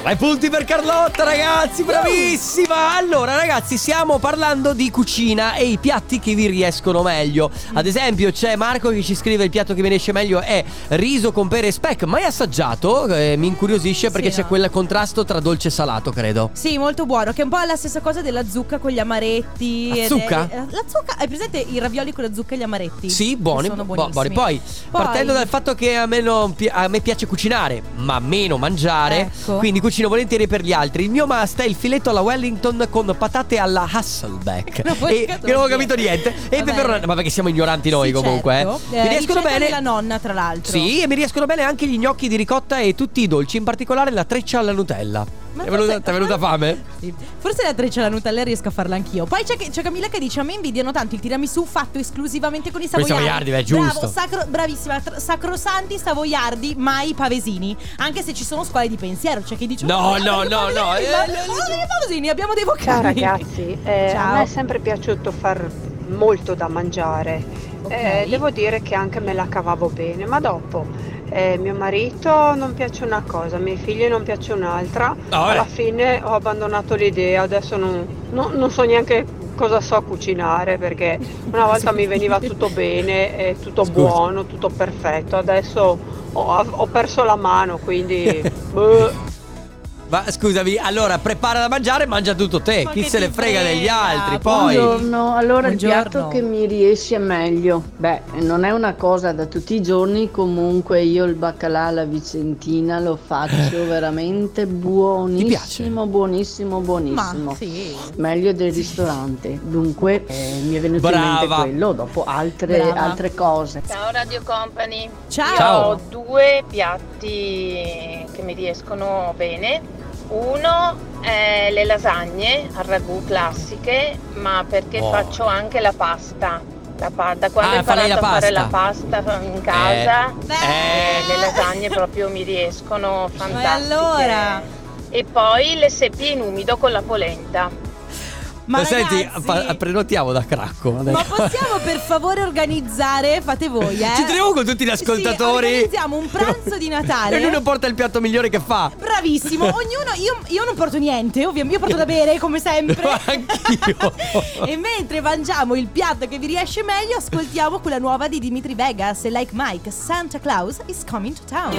[SPEAKER 2] Tre punti per Carlotta, ragazzi, bravissima! Allora, ragazzi, stiamo parlando di cucina e i piatti che vi riescono meglio.
[SPEAKER 1] Mm.
[SPEAKER 2] Ad esempio, c'è Marco che ci scrive: il piatto che mi riesce meglio è riso con pere e speck. Mai assaggiato? Eh, mi incuriosisce perché
[SPEAKER 1] Sì,
[SPEAKER 2] c'è
[SPEAKER 1] no?
[SPEAKER 2] quel contrasto tra dolce e salato, credo.
[SPEAKER 1] Sì, molto buono, che è un po' la stessa cosa della zucca con gli amaretti.
[SPEAKER 2] La
[SPEAKER 1] ed è-
[SPEAKER 2] zucca?
[SPEAKER 1] eh, la zucca, hai presente i ravioli con la zucca e gli amaretti?
[SPEAKER 2] Sì, buoni.
[SPEAKER 1] Che Sono
[SPEAKER 2] bu-
[SPEAKER 1] buonissimi.
[SPEAKER 2] buoni. Poi,
[SPEAKER 1] Poi-
[SPEAKER 2] partendo dal fatto che a me, non pi- a me piace cucinare, ma meno mangiare,
[SPEAKER 1] Ecco.
[SPEAKER 2] quindi cucino volentieri per gli altri. Il mio must è il filetto alla Wellington con patate alla Hasselbeck.
[SPEAKER 1] Non ho
[SPEAKER 2] e,
[SPEAKER 1] capito
[SPEAKER 2] che non ho
[SPEAKER 1] niente.
[SPEAKER 2] capito niente. E
[SPEAKER 1] Va
[SPEAKER 2] peperone,
[SPEAKER 1] bene.
[SPEAKER 2] ma perché siamo ignoranti noi
[SPEAKER 1] Sì,
[SPEAKER 2] comunque.
[SPEAKER 1] certo.
[SPEAKER 2] eh.
[SPEAKER 1] Eh,
[SPEAKER 2] Mi riescono
[SPEAKER 1] ricetta
[SPEAKER 2] bene.
[SPEAKER 1] della nonna, tra l'altro.
[SPEAKER 2] Sì, e mi riescono bene anche gli gnocchi di ricotta e tutti i dolci, in particolare la treccia alla Nutella.
[SPEAKER 1] Ma
[SPEAKER 2] Ti è venuta,
[SPEAKER 1] forse-
[SPEAKER 2] ti è venuta fame?
[SPEAKER 1] Sì. Forse la treccia alla Nutella riesco a farla anch'io. Poi c'è, c'è Camilla che dice: A me invidiano tanto il tiramisù fatto esclusivamente con i
[SPEAKER 2] Con i
[SPEAKER 1] savoiardi.
[SPEAKER 2] savoiardi, beh, giusto.
[SPEAKER 1] Bravo, sacro- bravissima. tr- sacrosanti savoiardi, mai pavesini. Anche se ci sono scuole di pensiero, c'è chi dice:
[SPEAKER 2] No,
[SPEAKER 1] "Oh, ma
[SPEAKER 2] no,
[SPEAKER 1] perché
[SPEAKER 2] no,
[SPEAKER 1] pavesini?
[SPEAKER 2] no, eh,
[SPEAKER 1] Ma-
[SPEAKER 2] eh,
[SPEAKER 1] ma perché pavesini, abbiamo dei vocali.
[SPEAKER 10] Ciao ragazzi, eh,
[SPEAKER 1] Ciao.
[SPEAKER 10] a me è sempre piaciuto far molto da mangiare.
[SPEAKER 1] Ok.
[SPEAKER 10] Eh, devo dire che anche me la cavavo bene, ma dopo eh, mio marito non piace una cosa, miei figli non piace un'altra.
[SPEAKER 2] Ah,
[SPEAKER 10] Alla
[SPEAKER 2] vabbè.
[SPEAKER 10] fine ho abbandonato l'idea, adesso non, no- non so neanche cosa so cucinare perché una volta mi veniva tutto bene, eh, tutto
[SPEAKER 2] Scusa.
[SPEAKER 10] buono, tutto perfetto, adesso ho, ho perso la mano, quindi...
[SPEAKER 2] Eh.
[SPEAKER 10] boh.
[SPEAKER 2] Ma scusami, allora prepara da mangiare, mangia tutto te.
[SPEAKER 1] Ma
[SPEAKER 2] Chi
[SPEAKER 1] che
[SPEAKER 2] se
[SPEAKER 1] ti
[SPEAKER 2] ne frega
[SPEAKER 1] frega,
[SPEAKER 2] degli altri? Poi.
[SPEAKER 1] Buongiorno,
[SPEAKER 11] allora
[SPEAKER 1] il Buongiorno. piatto che
[SPEAKER 11] mi riesce meglio, beh, non è una cosa da tutti i giorni, comunque io il baccalà alla vicentina lo
[SPEAKER 1] Eh.
[SPEAKER 11] faccio veramente
[SPEAKER 2] buonissimo,
[SPEAKER 11] buonissimo,
[SPEAKER 1] Ma sì.
[SPEAKER 11] Meglio del ristorante, dunque eh, mi è venuto in
[SPEAKER 2] Brava.
[SPEAKER 11] mente quello, dopo altre,
[SPEAKER 1] Brava.
[SPEAKER 11] altre cose.
[SPEAKER 10] Ciao Radio Company.
[SPEAKER 1] Ciao.
[SPEAKER 10] Io
[SPEAKER 2] Ciao.
[SPEAKER 10] ho due piatti che mi riescono bene. Uno è le lasagne al ragù classiche, ma perché
[SPEAKER 2] Oh.
[SPEAKER 10] faccio anche la pasta. La pa- da quando
[SPEAKER 2] Ah,
[SPEAKER 10] ho
[SPEAKER 2] fa lei
[SPEAKER 10] imparato
[SPEAKER 2] la
[SPEAKER 10] a fare la
[SPEAKER 2] pasta.
[SPEAKER 10] pasta in casa,
[SPEAKER 1] Eh.
[SPEAKER 10] eh, le lasagne proprio mi riescono fantastiche.
[SPEAKER 1] allora?
[SPEAKER 10] E poi le seppie in umido con la polenta.
[SPEAKER 1] Ma
[SPEAKER 2] senti,
[SPEAKER 1] ragazzi,
[SPEAKER 2] fa- prenotiamo da Cracco.
[SPEAKER 1] ma possiamo per favore organizzare? Fate voi, eh.
[SPEAKER 2] Ci troviamo con tutti gli
[SPEAKER 1] Sì,
[SPEAKER 2] ascoltatori.
[SPEAKER 1] organizziamo un pranzo di Natale.
[SPEAKER 2] E ognuno porta il piatto migliore che fa.
[SPEAKER 1] Bravissimo, ognuno. Io, io non porto niente, ovviamente. Io porto da bere come sempre.
[SPEAKER 2] Anch'io.
[SPEAKER 1] e mentre mangiamo il piatto che vi riesce meglio, ascoltiamo quella nuova di Dimitri Vegas. e Like Mike, Santa Claus is coming to town.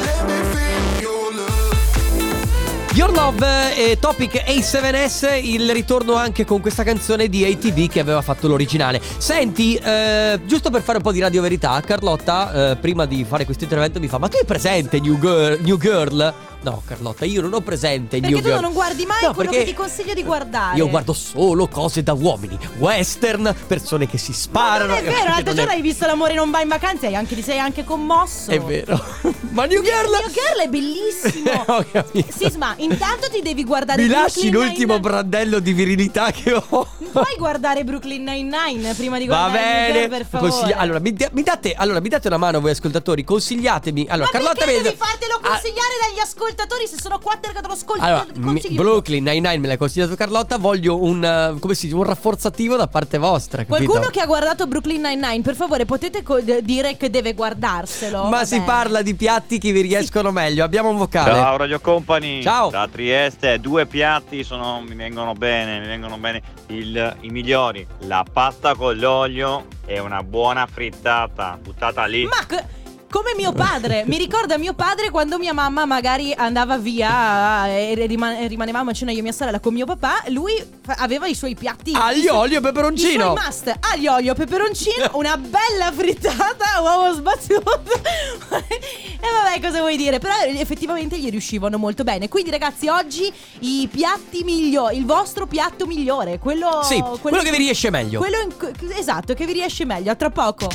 [SPEAKER 2] Your Love, eh, Topic A7S, il ritorno anche con questa canzone di ATV che aveva fatto l'originale. Senti, eh, giusto per fare un po' di radio verità, Carlotta, eh, prima di fare questo intervento, mi fa: Ma tu hai presente New Girl? New Girl? No, Carlotta, io non ho presente
[SPEAKER 1] Perché
[SPEAKER 2] New
[SPEAKER 1] tu
[SPEAKER 2] Girl.
[SPEAKER 1] non guardi mai
[SPEAKER 2] No,
[SPEAKER 1] quello
[SPEAKER 2] perché
[SPEAKER 1] che ti consiglio di guardare.
[SPEAKER 2] Io guardo solo cose da uomini, western, persone che si
[SPEAKER 1] Ma
[SPEAKER 2] sparano.
[SPEAKER 1] non è vero, l'altro
[SPEAKER 2] Non è-
[SPEAKER 1] giorno hai visto L'amore non va in vacanza e anche ti sei anche commosso.
[SPEAKER 2] È vero. Ma New Girl.
[SPEAKER 1] Mio Girl è bellissimo.
[SPEAKER 2] Ho capito.
[SPEAKER 1] Sisma, intanto ti devi guardare
[SPEAKER 2] Mi lasci
[SPEAKER 1] Brooklyn
[SPEAKER 2] l'ultimo
[SPEAKER 1] Nine-Nine.
[SPEAKER 2] brandello di virilità che ho.
[SPEAKER 1] Puoi guardare Brooklyn Nine-Nine prima di
[SPEAKER 2] Va
[SPEAKER 1] guardare New
[SPEAKER 2] bene,
[SPEAKER 1] Girl, per favore.
[SPEAKER 2] Consigli- allora, mi da- mi date, allora, mi date una mano voi ascoltatori, consigliatemi. Allora,
[SPEAKER 1] Ma
[SPEAKER 2] Carlotta
[SPEAKER 1] perché
[SPEAKER 2] Mesa-
[SPEAKER 1] devi fartelo
[SPEAKER 2] Ah,
[SPEAKER 1] consigliare dagli ascoltatori se sono quattro che te lo ascoltano?
[SPEAKER 2] allora, mi-
[SPEAKER 1] consigli-
[SPEAKER 2] Brooklyn 99 me l'ha consigliato Carlotta, voglio un, eh, come si dice, un rafforzativo da parte vostra, capito?
[SPEAKER 1] Qualcuno che ha guardato Brooklyn Nine-Nine, per favore, potete co- d- dire che deve guardarselo?
[SPEAKER 2] Ma
[SPEAKER 1] Vabbè.
[SPEAKER 2] si parla di piatti che vi riescono meglio, abbiamo un vocale.
[SPEAKER 12] Ciao Radio Company
[SPEAKER 2] Ciao.
[SPEAKER 12] Da Trieste Due piatti sono, mi vengono bene Mi vengono bene Il- I migliori La pasta con l'olio E una buona frittata Buttata lì
[SPEAKER 1] Ma co- come mio padre, mi ricorda mio padre quando mia mamma magari andava via eh, e rima- e rimanevamo a cena io e mia sorella con mio papà, lui fa- aveva i suoi piatti i
[SPEAKER 2] Aglio,
[SPEAKER 1] suoi-
[SPEAKER 2] olio e
[SPEAKER 1] I suoi
[SPEAKER 2] peperoncino.
[SPEAKER 1] must, aglio, olio, peperoncino, una bella frittata, uovo sbattuto. e vabbè, cosa vuoi dire? Però effettivamente gli riuscivano molto bene. Quindi ragazzi, oggi i piatti migliori, il vostro piatto migliore, quello
[SPEAKER 2] Sì, quello, che vi riesce meglio.
[SPEAKER 1] quello in- esatto, che vi riesce meglio. A tra poco.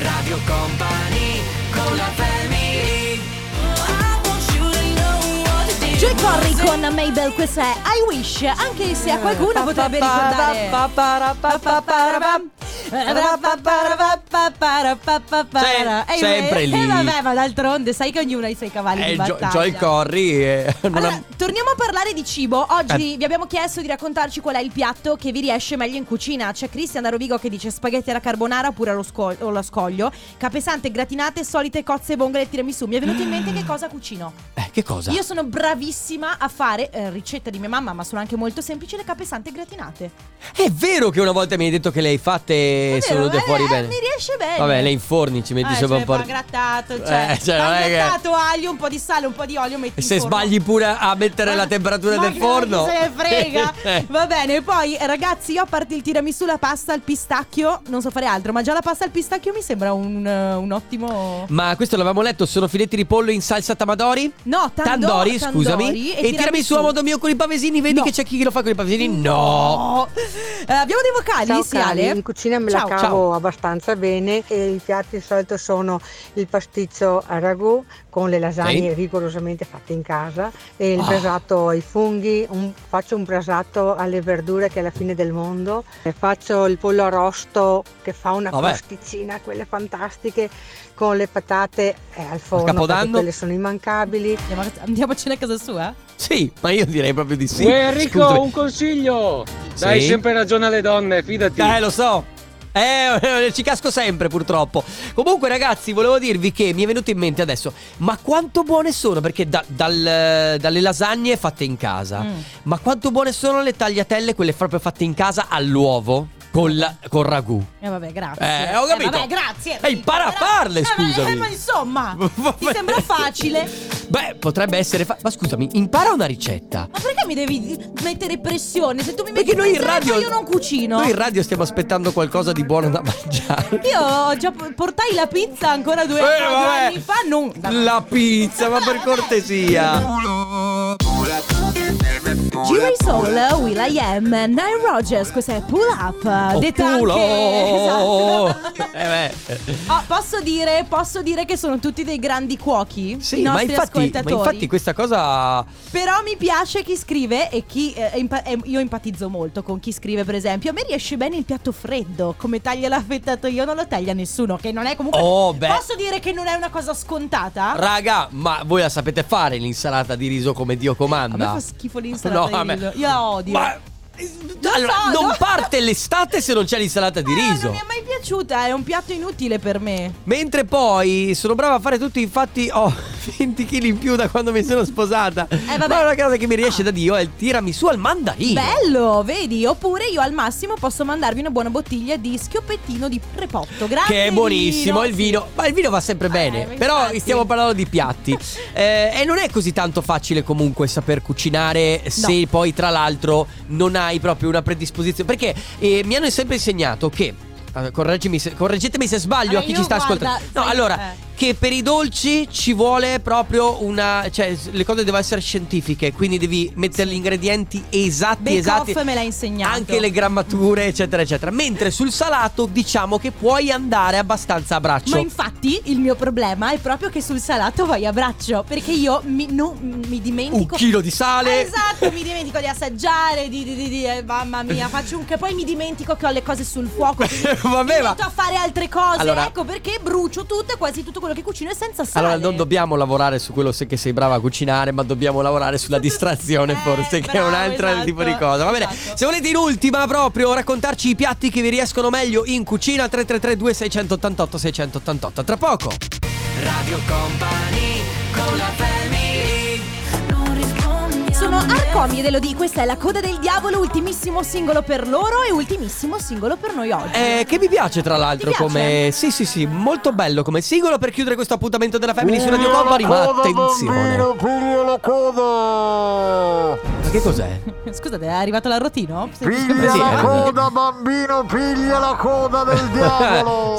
[SPEAKER 2] Radio Company con la
[SPEAKER 1] Joy Corri con Mabel, questa è I Wish, anche se a qualcuno potrebbe ricordare.
[SPEAKER 2] Se-
[SPEAKER 1] Sì,
[SPEAKER 2] sempre lì.
[SPEAKER 1] E vabbè, ma d'altronde sai che ognuno ha i suoi cavalli
[SPEAKER 2] Eh,
[SPEAKER 1] di
[SPEAKER 2] Gio-
[SPEAKER 1] battaglia.
[SPEAKER 2] Joy Corry e non ha-
[SPEAKER 1] Allora, torniamo a parlare di cibo. Oggi
[SPEAKER 2] Eh.
[SPEAKER 1] vi abbiamo chiesto di raccontarci qual è il piatto che vi riesce meglio in cucina. C'è Cristian da Rovigo che dice spaghetti alla carbonara oppure allo scol- o alla scoglio, capesante, gratinate, solite cozze, vongole e tiramisù. Mi è venuto in mente che cosa cucino.
[SPEAKER 2] Eh, che cosa?
[SPEAKER 1] Io sono bravissima a fare, eh, ricetta di mia mamma, ma sono anche molto semplice, le capesante gratinate.
[SPEAKER 2] È vero che una volta mi hai detto che le hai fatte e sono
[SPEAKER 1] Vero?
[SPEAKER 2] venute
[SPEAKER 1] Eh,
[SPEAKER 2] fuori
[SPEAKER 1] eh,
[SPEAKER 2] bene.
[SPEAKER 1] Mi riesce bene.
[SPEAKER 2] Vabbè, le inforni, ci metti
[SPEAKER 1] Eh,
[SPEAKER 2] sopra
[SPEAKER 1] cioè,
[SPEAKER 2] un po'.
[SPEAKER 1] pan
[SPEAKER 2] di-
[SPEAKER 1] grattato, cioè,
[SPEAKER 2] Eh, cioè,
[SPEAKER 1] pan
[SPEAKER 2] non è che-
[SPEAKER 1] grattato, aglio, un po' di sale, un po' di olio, metti
[SPEAKER 2] E se
[SPEAKER 1] in forno.
[SPEAKER 2] sbagli pure a mettere la temperatura
[SPEAKER 1] Ma
[SPEAKER 2] del
[SPEAKER 1] che-
[SPEAKER 2] forno.
[SPEAKER 1] chi se ne frega.
[SPEAKER 2] Eh.
[SPEAKER 1] Va bene, poi ragazzi, io a parte il tiramisù, la pasta al pistacchio, non so fare altro, ma già la pasta al pistacchio mi sembra un, eh, un ottimo
[SPEAKER 2] Ma questo l'avevamo letto, sono filetti di pollo in salsa tamadori?
[SPEAKER 1] No, tando-
[SPEAKER 2] Tandori,
[SPEAKER 1] tandori
[SPEAKER 2] scusami.
[SPEAKER 1] e
[SPEAKER 2] E, tirami su a modo mio con i pavesini, vedi
[SPEAKER 1] No.
[SPEAKER 2] che c'è chi lo fa con i pavesini? No.
[SPEAKER 1] Eh, abbiamo dei vocali,
[SPEAKER 13] Ciao
[SPEAKER 1] sì, Ale?
[SPEAKER 13] cari, in cucina me la
[SPEAKER 1] Ciao.
[SPEAKER 13] cavo abbastanza bene e i piatti di solito sono il pasticcio a ragù con le lasagne
[SPEAKER 14] Sì.
[SPEAKER 13] rigorosamente fatte in casa e il
[SPEAKER 14] Ah.
[SPEAKER 13] brasato ai funghi, un- faccio un brasato alle verdure che è la fine del mondo, e faccio il pollo arrosto che fa una
[SPEAKER 14] Vabbè.
[SPEAKER 13] crosticina, quelle fantastiche con le patate eh, al forno, perché
[SPEAKER 2] Capodanno?
[SPEAKER 13] quelle sono immancabili.
[SPEAKER 1] Andiamo, a cena a casa sua?
[SPEAKER 2] Sì, ma io direi proprio di sì.
[SPEAKER 15] Enrico,
[SPEAKER 2] Scusami.
[SPEAKER 15] un consiglio.
[SPEAKER 2] Sì?
[SPEAKER 15] Dai sempre ragione alle donne, fidati.
[SPEAKER 2] Eh, lo so. Eh, ci casco sempre purtroppo. Comunque, ragazzi, volevo dirvi che mi è venuto in mente adesso: ma quanto buone sono? Perché da- dal- dalle lasagne fatte in casa,
[SPEAKER 16] Mm.
[SPEAKER 2] ma quanto buone sono le tagliatelle, quelle proprio fatte in casa all'uovo con, la- col ragù?
[SPEAKER 1] Eh vabbè, grazie.
[SPEAKER 2] Eh, ho capito.
[SPEAKER 1] vabbè, grazie.
[SPEAKER 2] Eh, impara a farle,
[SPEAKER 1] Eh, ma-
[SPEAKER 2] scusami.
[SPEAKER 1] eh, ma insomma, ti sembra facile?
[SPEAKER 2] Beh, potrebbe essere. fa- ma scusami, impara una ricetta.
[SPEAKER 1] Ma perché mi devi mettere pressione? Se tu mi metti
[SPEAKER 2] Perché noi in
[SPEAKER 1] pressione,
[SPEAKER 2] radio.
[SPEAKER 1] poi io non cucino.
[SPEAKER 2] Noi in radio stiamo aspettando qualcosa di buono da mangiare.
[SPEAKER 1] Io già po- portai la pizza ancora due,
[SPEAKER 2] Eh,
[SPEAKER 1] due
[SPEAKER 2] vabbè.
[SPEAKER 1] anni fa, non.
[SPEAKER 2] La pizza, ma per cortesia.
[SPEAKER 1] Giri Soul, Will I Am, Nine Rogers, questa è Pull Up,
[SPEAKER 2] Oh,
[SPEAKER 1] detta
[SPEAKER 2] Culo.
[SPEAKER 1] anche... Esatto.
[SPEAKER 2] Eh, beh.
[SPEAKER 1] Oh, posso, dire, posso dire che sono tutti dei grandi cuochi,
[SPEAKER 2] Sì,
[SPEAKER 1] i
[SPEAKER 2] ma
[SPEAKER 1] nostri
[SPEAKER 2] infatti, ma
[SPEAKER 1] ascoltatori. Ah.
[SPEAKER 2] infatti questa cosa.
[SPEAKER 1] Però mi piace chi scrive e chi. eh, impa- eh, io empatizzo molto con chi scrive, per esempio. A me riesce bene il piatto freddo. Come taglia l'affettato io, non lo taglia nessuno. Che non è comunque.
[SPEAKER 2] Oh, beh.
[SPEAKER 1] Posso dire che non è una cosa scontata?
[SPEAKER 2] Raga, ma voi la sapete fare l'insalata di riso come Dio
[SPEAKER 1] a me
[SPEAKER 2] comanda?
[SPEAKER 1] fa schifo l'insalata
[SPEAKER 2] No, a
[SPEAKER 1] di
[SPEAKER 2] me-
[SPEAKER 1] riso. Io la odio.
[SPEAKER 2] Ma- eh,
[SPEAKER 1] Lo
[SPEAKER 2] Allora,
[SPEAKER 1] so,
[SPEAKER 2] non
[SPEAKER 1] no? Eh,
[SPEAKER 2] parte l'estate se non c'è l'insalata di riso.
[SPEAKER 1] Non mi è mai piaciuta, è un piatto inutile per me.
[SPEAKER 2] Mentre poi sono brava a fare tutti, infatti ho 20 kg in più da quando mi sono sposata.
[SPEAKER 1] Eh, vabbè.
[SPEAKER 2] Ma una cosa che mi riesce da Dio è il tiramisù al mandarino.
[SPEAKER 1] Bello, vedi? Oppure io al massimo posso mandarvi una buona bottiglia di schioppettino di prepotto. Grazie.
[SPEAKER 2] Che è buonissimo
[SPEAKER 1] Lino.
[SPEAKER 2] il vino, ma il vino va sempre bene,
[SPEAKER 1] ma
[SPEAKER 2] però
[SPEAKER 1] Eh, infatti.
[SPEAKER 2] stiamo parlando di piatti Eh, e non è così tanto facile comunque saper cucinare se poi tra l'altro non hai proprio una predisposizione, perché eh, mi hanno sempre insegnato che, eh, correggimi se- correggetemi se sbaglio
[SPEAKER 1] Allora,
[SPEAKER 2] a chi
[SPEAKER 1] io,
[SPEAKER 2] ci sta
[SPEAKER 1] guarda,
[SPEAKER 2] ascoltando, no
[SPEAKER 1] sai-
[SPEAKER 2] allora
[SPEAKER 1] eh.
[SPEAKER 2] che per i dolci ci vuole proprio una, cioè s- le cose devono essere scientifiche, quindi devi mettere gli ingredienti esatti,
[SPEAKER 1] Bake
[SPEAKER 2] esatti.
[SPEAKER 1] Off me l'ha insegnato.
[SPEAKER 2] Anche le grammature, eccetera, eccetera. Mentre sul salato diciamo che puoi andare abbastanza a braccio.
[SPEAKER 1] Ma infatti il mio problema è proprio che sul salato vai a braccio perché io mi, non- mi
[SPEAKER 2] un
[SPEAKER 1] dimentico.
[SPEAKER 2] chilo di sale.
[SPEAKER 1] Esatto, mi dimentico di assaggiare, di, di, di, di- eh, mamma mia, faccio un che poi mi dimentico che ho le cose sul fuoco. quindi
[SPEAKER 2] Vabbè,
[SPEAKER 1] mi
[SPEAKER 2] ma
[SPEAKER 1] metto a fare altre cose,
[SPEAKER 2] Allora-
[SPEAKER 1] ecco perché brucio tutto e quasi tutto quello che cucino è senza sale.
[SPEAKER 2] allora non dobbiamo lavorare su quello se- che sei brava a cucinare, ma dobbiamo lavorare sulla distrazione, forse, che è
[SPEAKER 1] Eh, bravo,
[SPEAKER 2] un altro
[SPEAKER 1] esatto,
[SPEAKER 2] tipo di cosa. Va bene. Se volete in ultima proprio raccontarci i piatti che vi riescono meglio in cucina 333 2688 688. Tra poco.
[SPEAKER 3] Radio Company con la
[SPEAKER 1] Sono Arcomi ed Elodie, questa è la coda del diavolo, ultimissimo singolo per loro e ultimissimo singolo per noi oggi.
[SPEAKER 2] Eh, che mi piace tra l'altro
[SPEAKER 1] Ti piace?
[SPEAKER 2] come sì sì sì molto bello come singolo per chiudere questo appuntamento della Family su Radio Company ma attenzione
[SPEAKER 1] Piglia la coda!
[SPEAKER 2] ma che cos'è?
[SPEAKER 1] Scusate, è arrivato l'arrotino?
[SPEAKER 2] Piglia Sì, la eh. coda,
[SPEAKER 1] bambino, piglia la coda del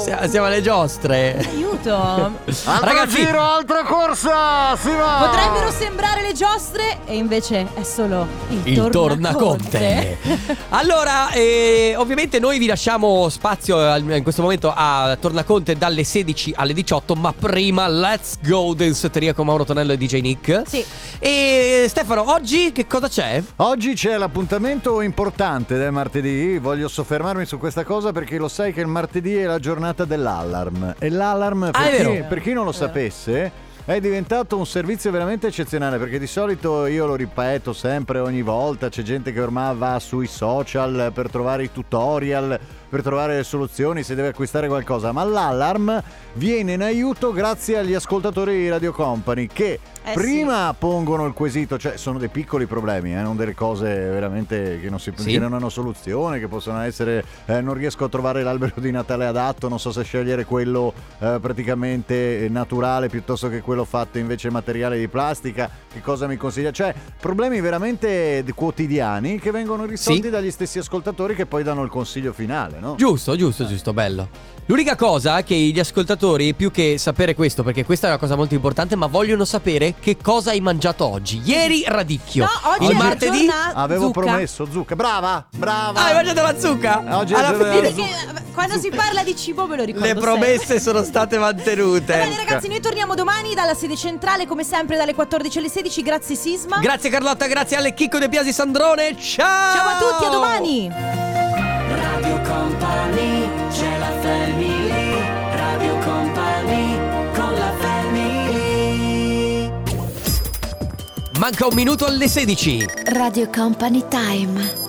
[SPEAKER 2] Sia- Siamo alle giostre
[SPEAKER 1] Aiuto!
[SPEAKER 2] Ragazzi
[SPEAKER 1] altra corsa! Potrebbero sembrare le giostre e invece è solo il,
[SPEAKER 2] Il tornaconte. Allora, eh, ovviamente noi vi lasciamo spazio al- in questo momento a Tornaconte dalle 16 alle 18, ma prima let's go danceteria con Mauro Tonello e DJ Nick.
[SPEAKER 1] Sì. eh
[SPEAKER 2] E Stefano, oggi che cosa c'è?
[SPEAKER 14] Oggi c'è l'appuntamento importante del martedì, voglio soffermarmi su questa cosa perché lo sai che il martedì è la giornata dell'allarm e l'allarm, per,
[SPEAKER 2] Ah, è
[SPEAKER 14] chi,
[SPEAKER 2] vero.
[SPEAKER 14] per chi non lo sapesse, è diventato un servizio veramente eccezionale perché di solito io lo ripeto sempre ogni volta, c'è gente che ormai va sui social per trovare i tutorial, per trovare le soluzioni se deve acquistare qualcosa, ma l'allarm viene in aiuto grazie agli ascoltatori di Radio Company che
[SPEAKER 16] Eh, sì.
[SPEAKER 14] prima prima pongono il quesito, cioè sono dei piccoli problemi, eh, non delle cose veramente che non, si,
[SPEAKER 16] Sì.
[SPEAKER 14] che non hanno soluzione, che possono essere eh, non riesco a trovare l'albero di Natale adatto, non so se scegliere quello eh, praticamente naturale piuttosto che quello fatto invece in materiale di plastica, che cosa mi consiglia, cioè problemi veramente d- quotidiani che vengono risolti dagli stessi ascoltatori che poi danno il consiglio finale, no?
[SPEAKER 2] Giusto,
[SPEAKER 14] Eh.
[SPEAKER 2] giusto, giusto, bello. L'unica cosa che gli ascoltatori, più che sapere questo, perché questa è una cosa molto importante, ma vogliono sapere che cosa hai mangiato oggi. Ieri radicchio.
[SPEAKER 1] No, oggi
[SPEAKER 2] il
[SPEAKER 1] è la
[SPEAKER 2] martedì
[SPEAKER 16] Ah,
[SPEAKER 1] giornata-
[SPEAKER 14] Avevo
[SPEAKER 1] zucca.
[SPEAKER 14] promesso zucca, brava, brava.
[SPEAKER 2] Ah, hai mangiato la zucca?
[SPEAKER 14] Oggi è la giornata
[SPEAKER 1] Vedi
[SPEAKER 14] della
[SPEAKER 1] che eh, quando si parla di cibo ve lo ricordo
[SPEAKER 2] Le promesse sono state mantenute.
[SPEAKER 1] Bene ragazzi, noi torniamo domani dalla sede centrale, come sempre dalle 14 alle 16, grazie Sisma.
[SPEAKER 2] Grazie Carlotta, grazie alle Chicco De Piasi Sandrone. Ciao!
[SPEAKER 1] Ciao a tutti, a domani!
[SPEAKER 3] Radio Company, c'è la family. Radio Company, con la family.
[SPEAKER 2] Manca un minuto alle 16.
[SPEAKER 17] Radio Company Time.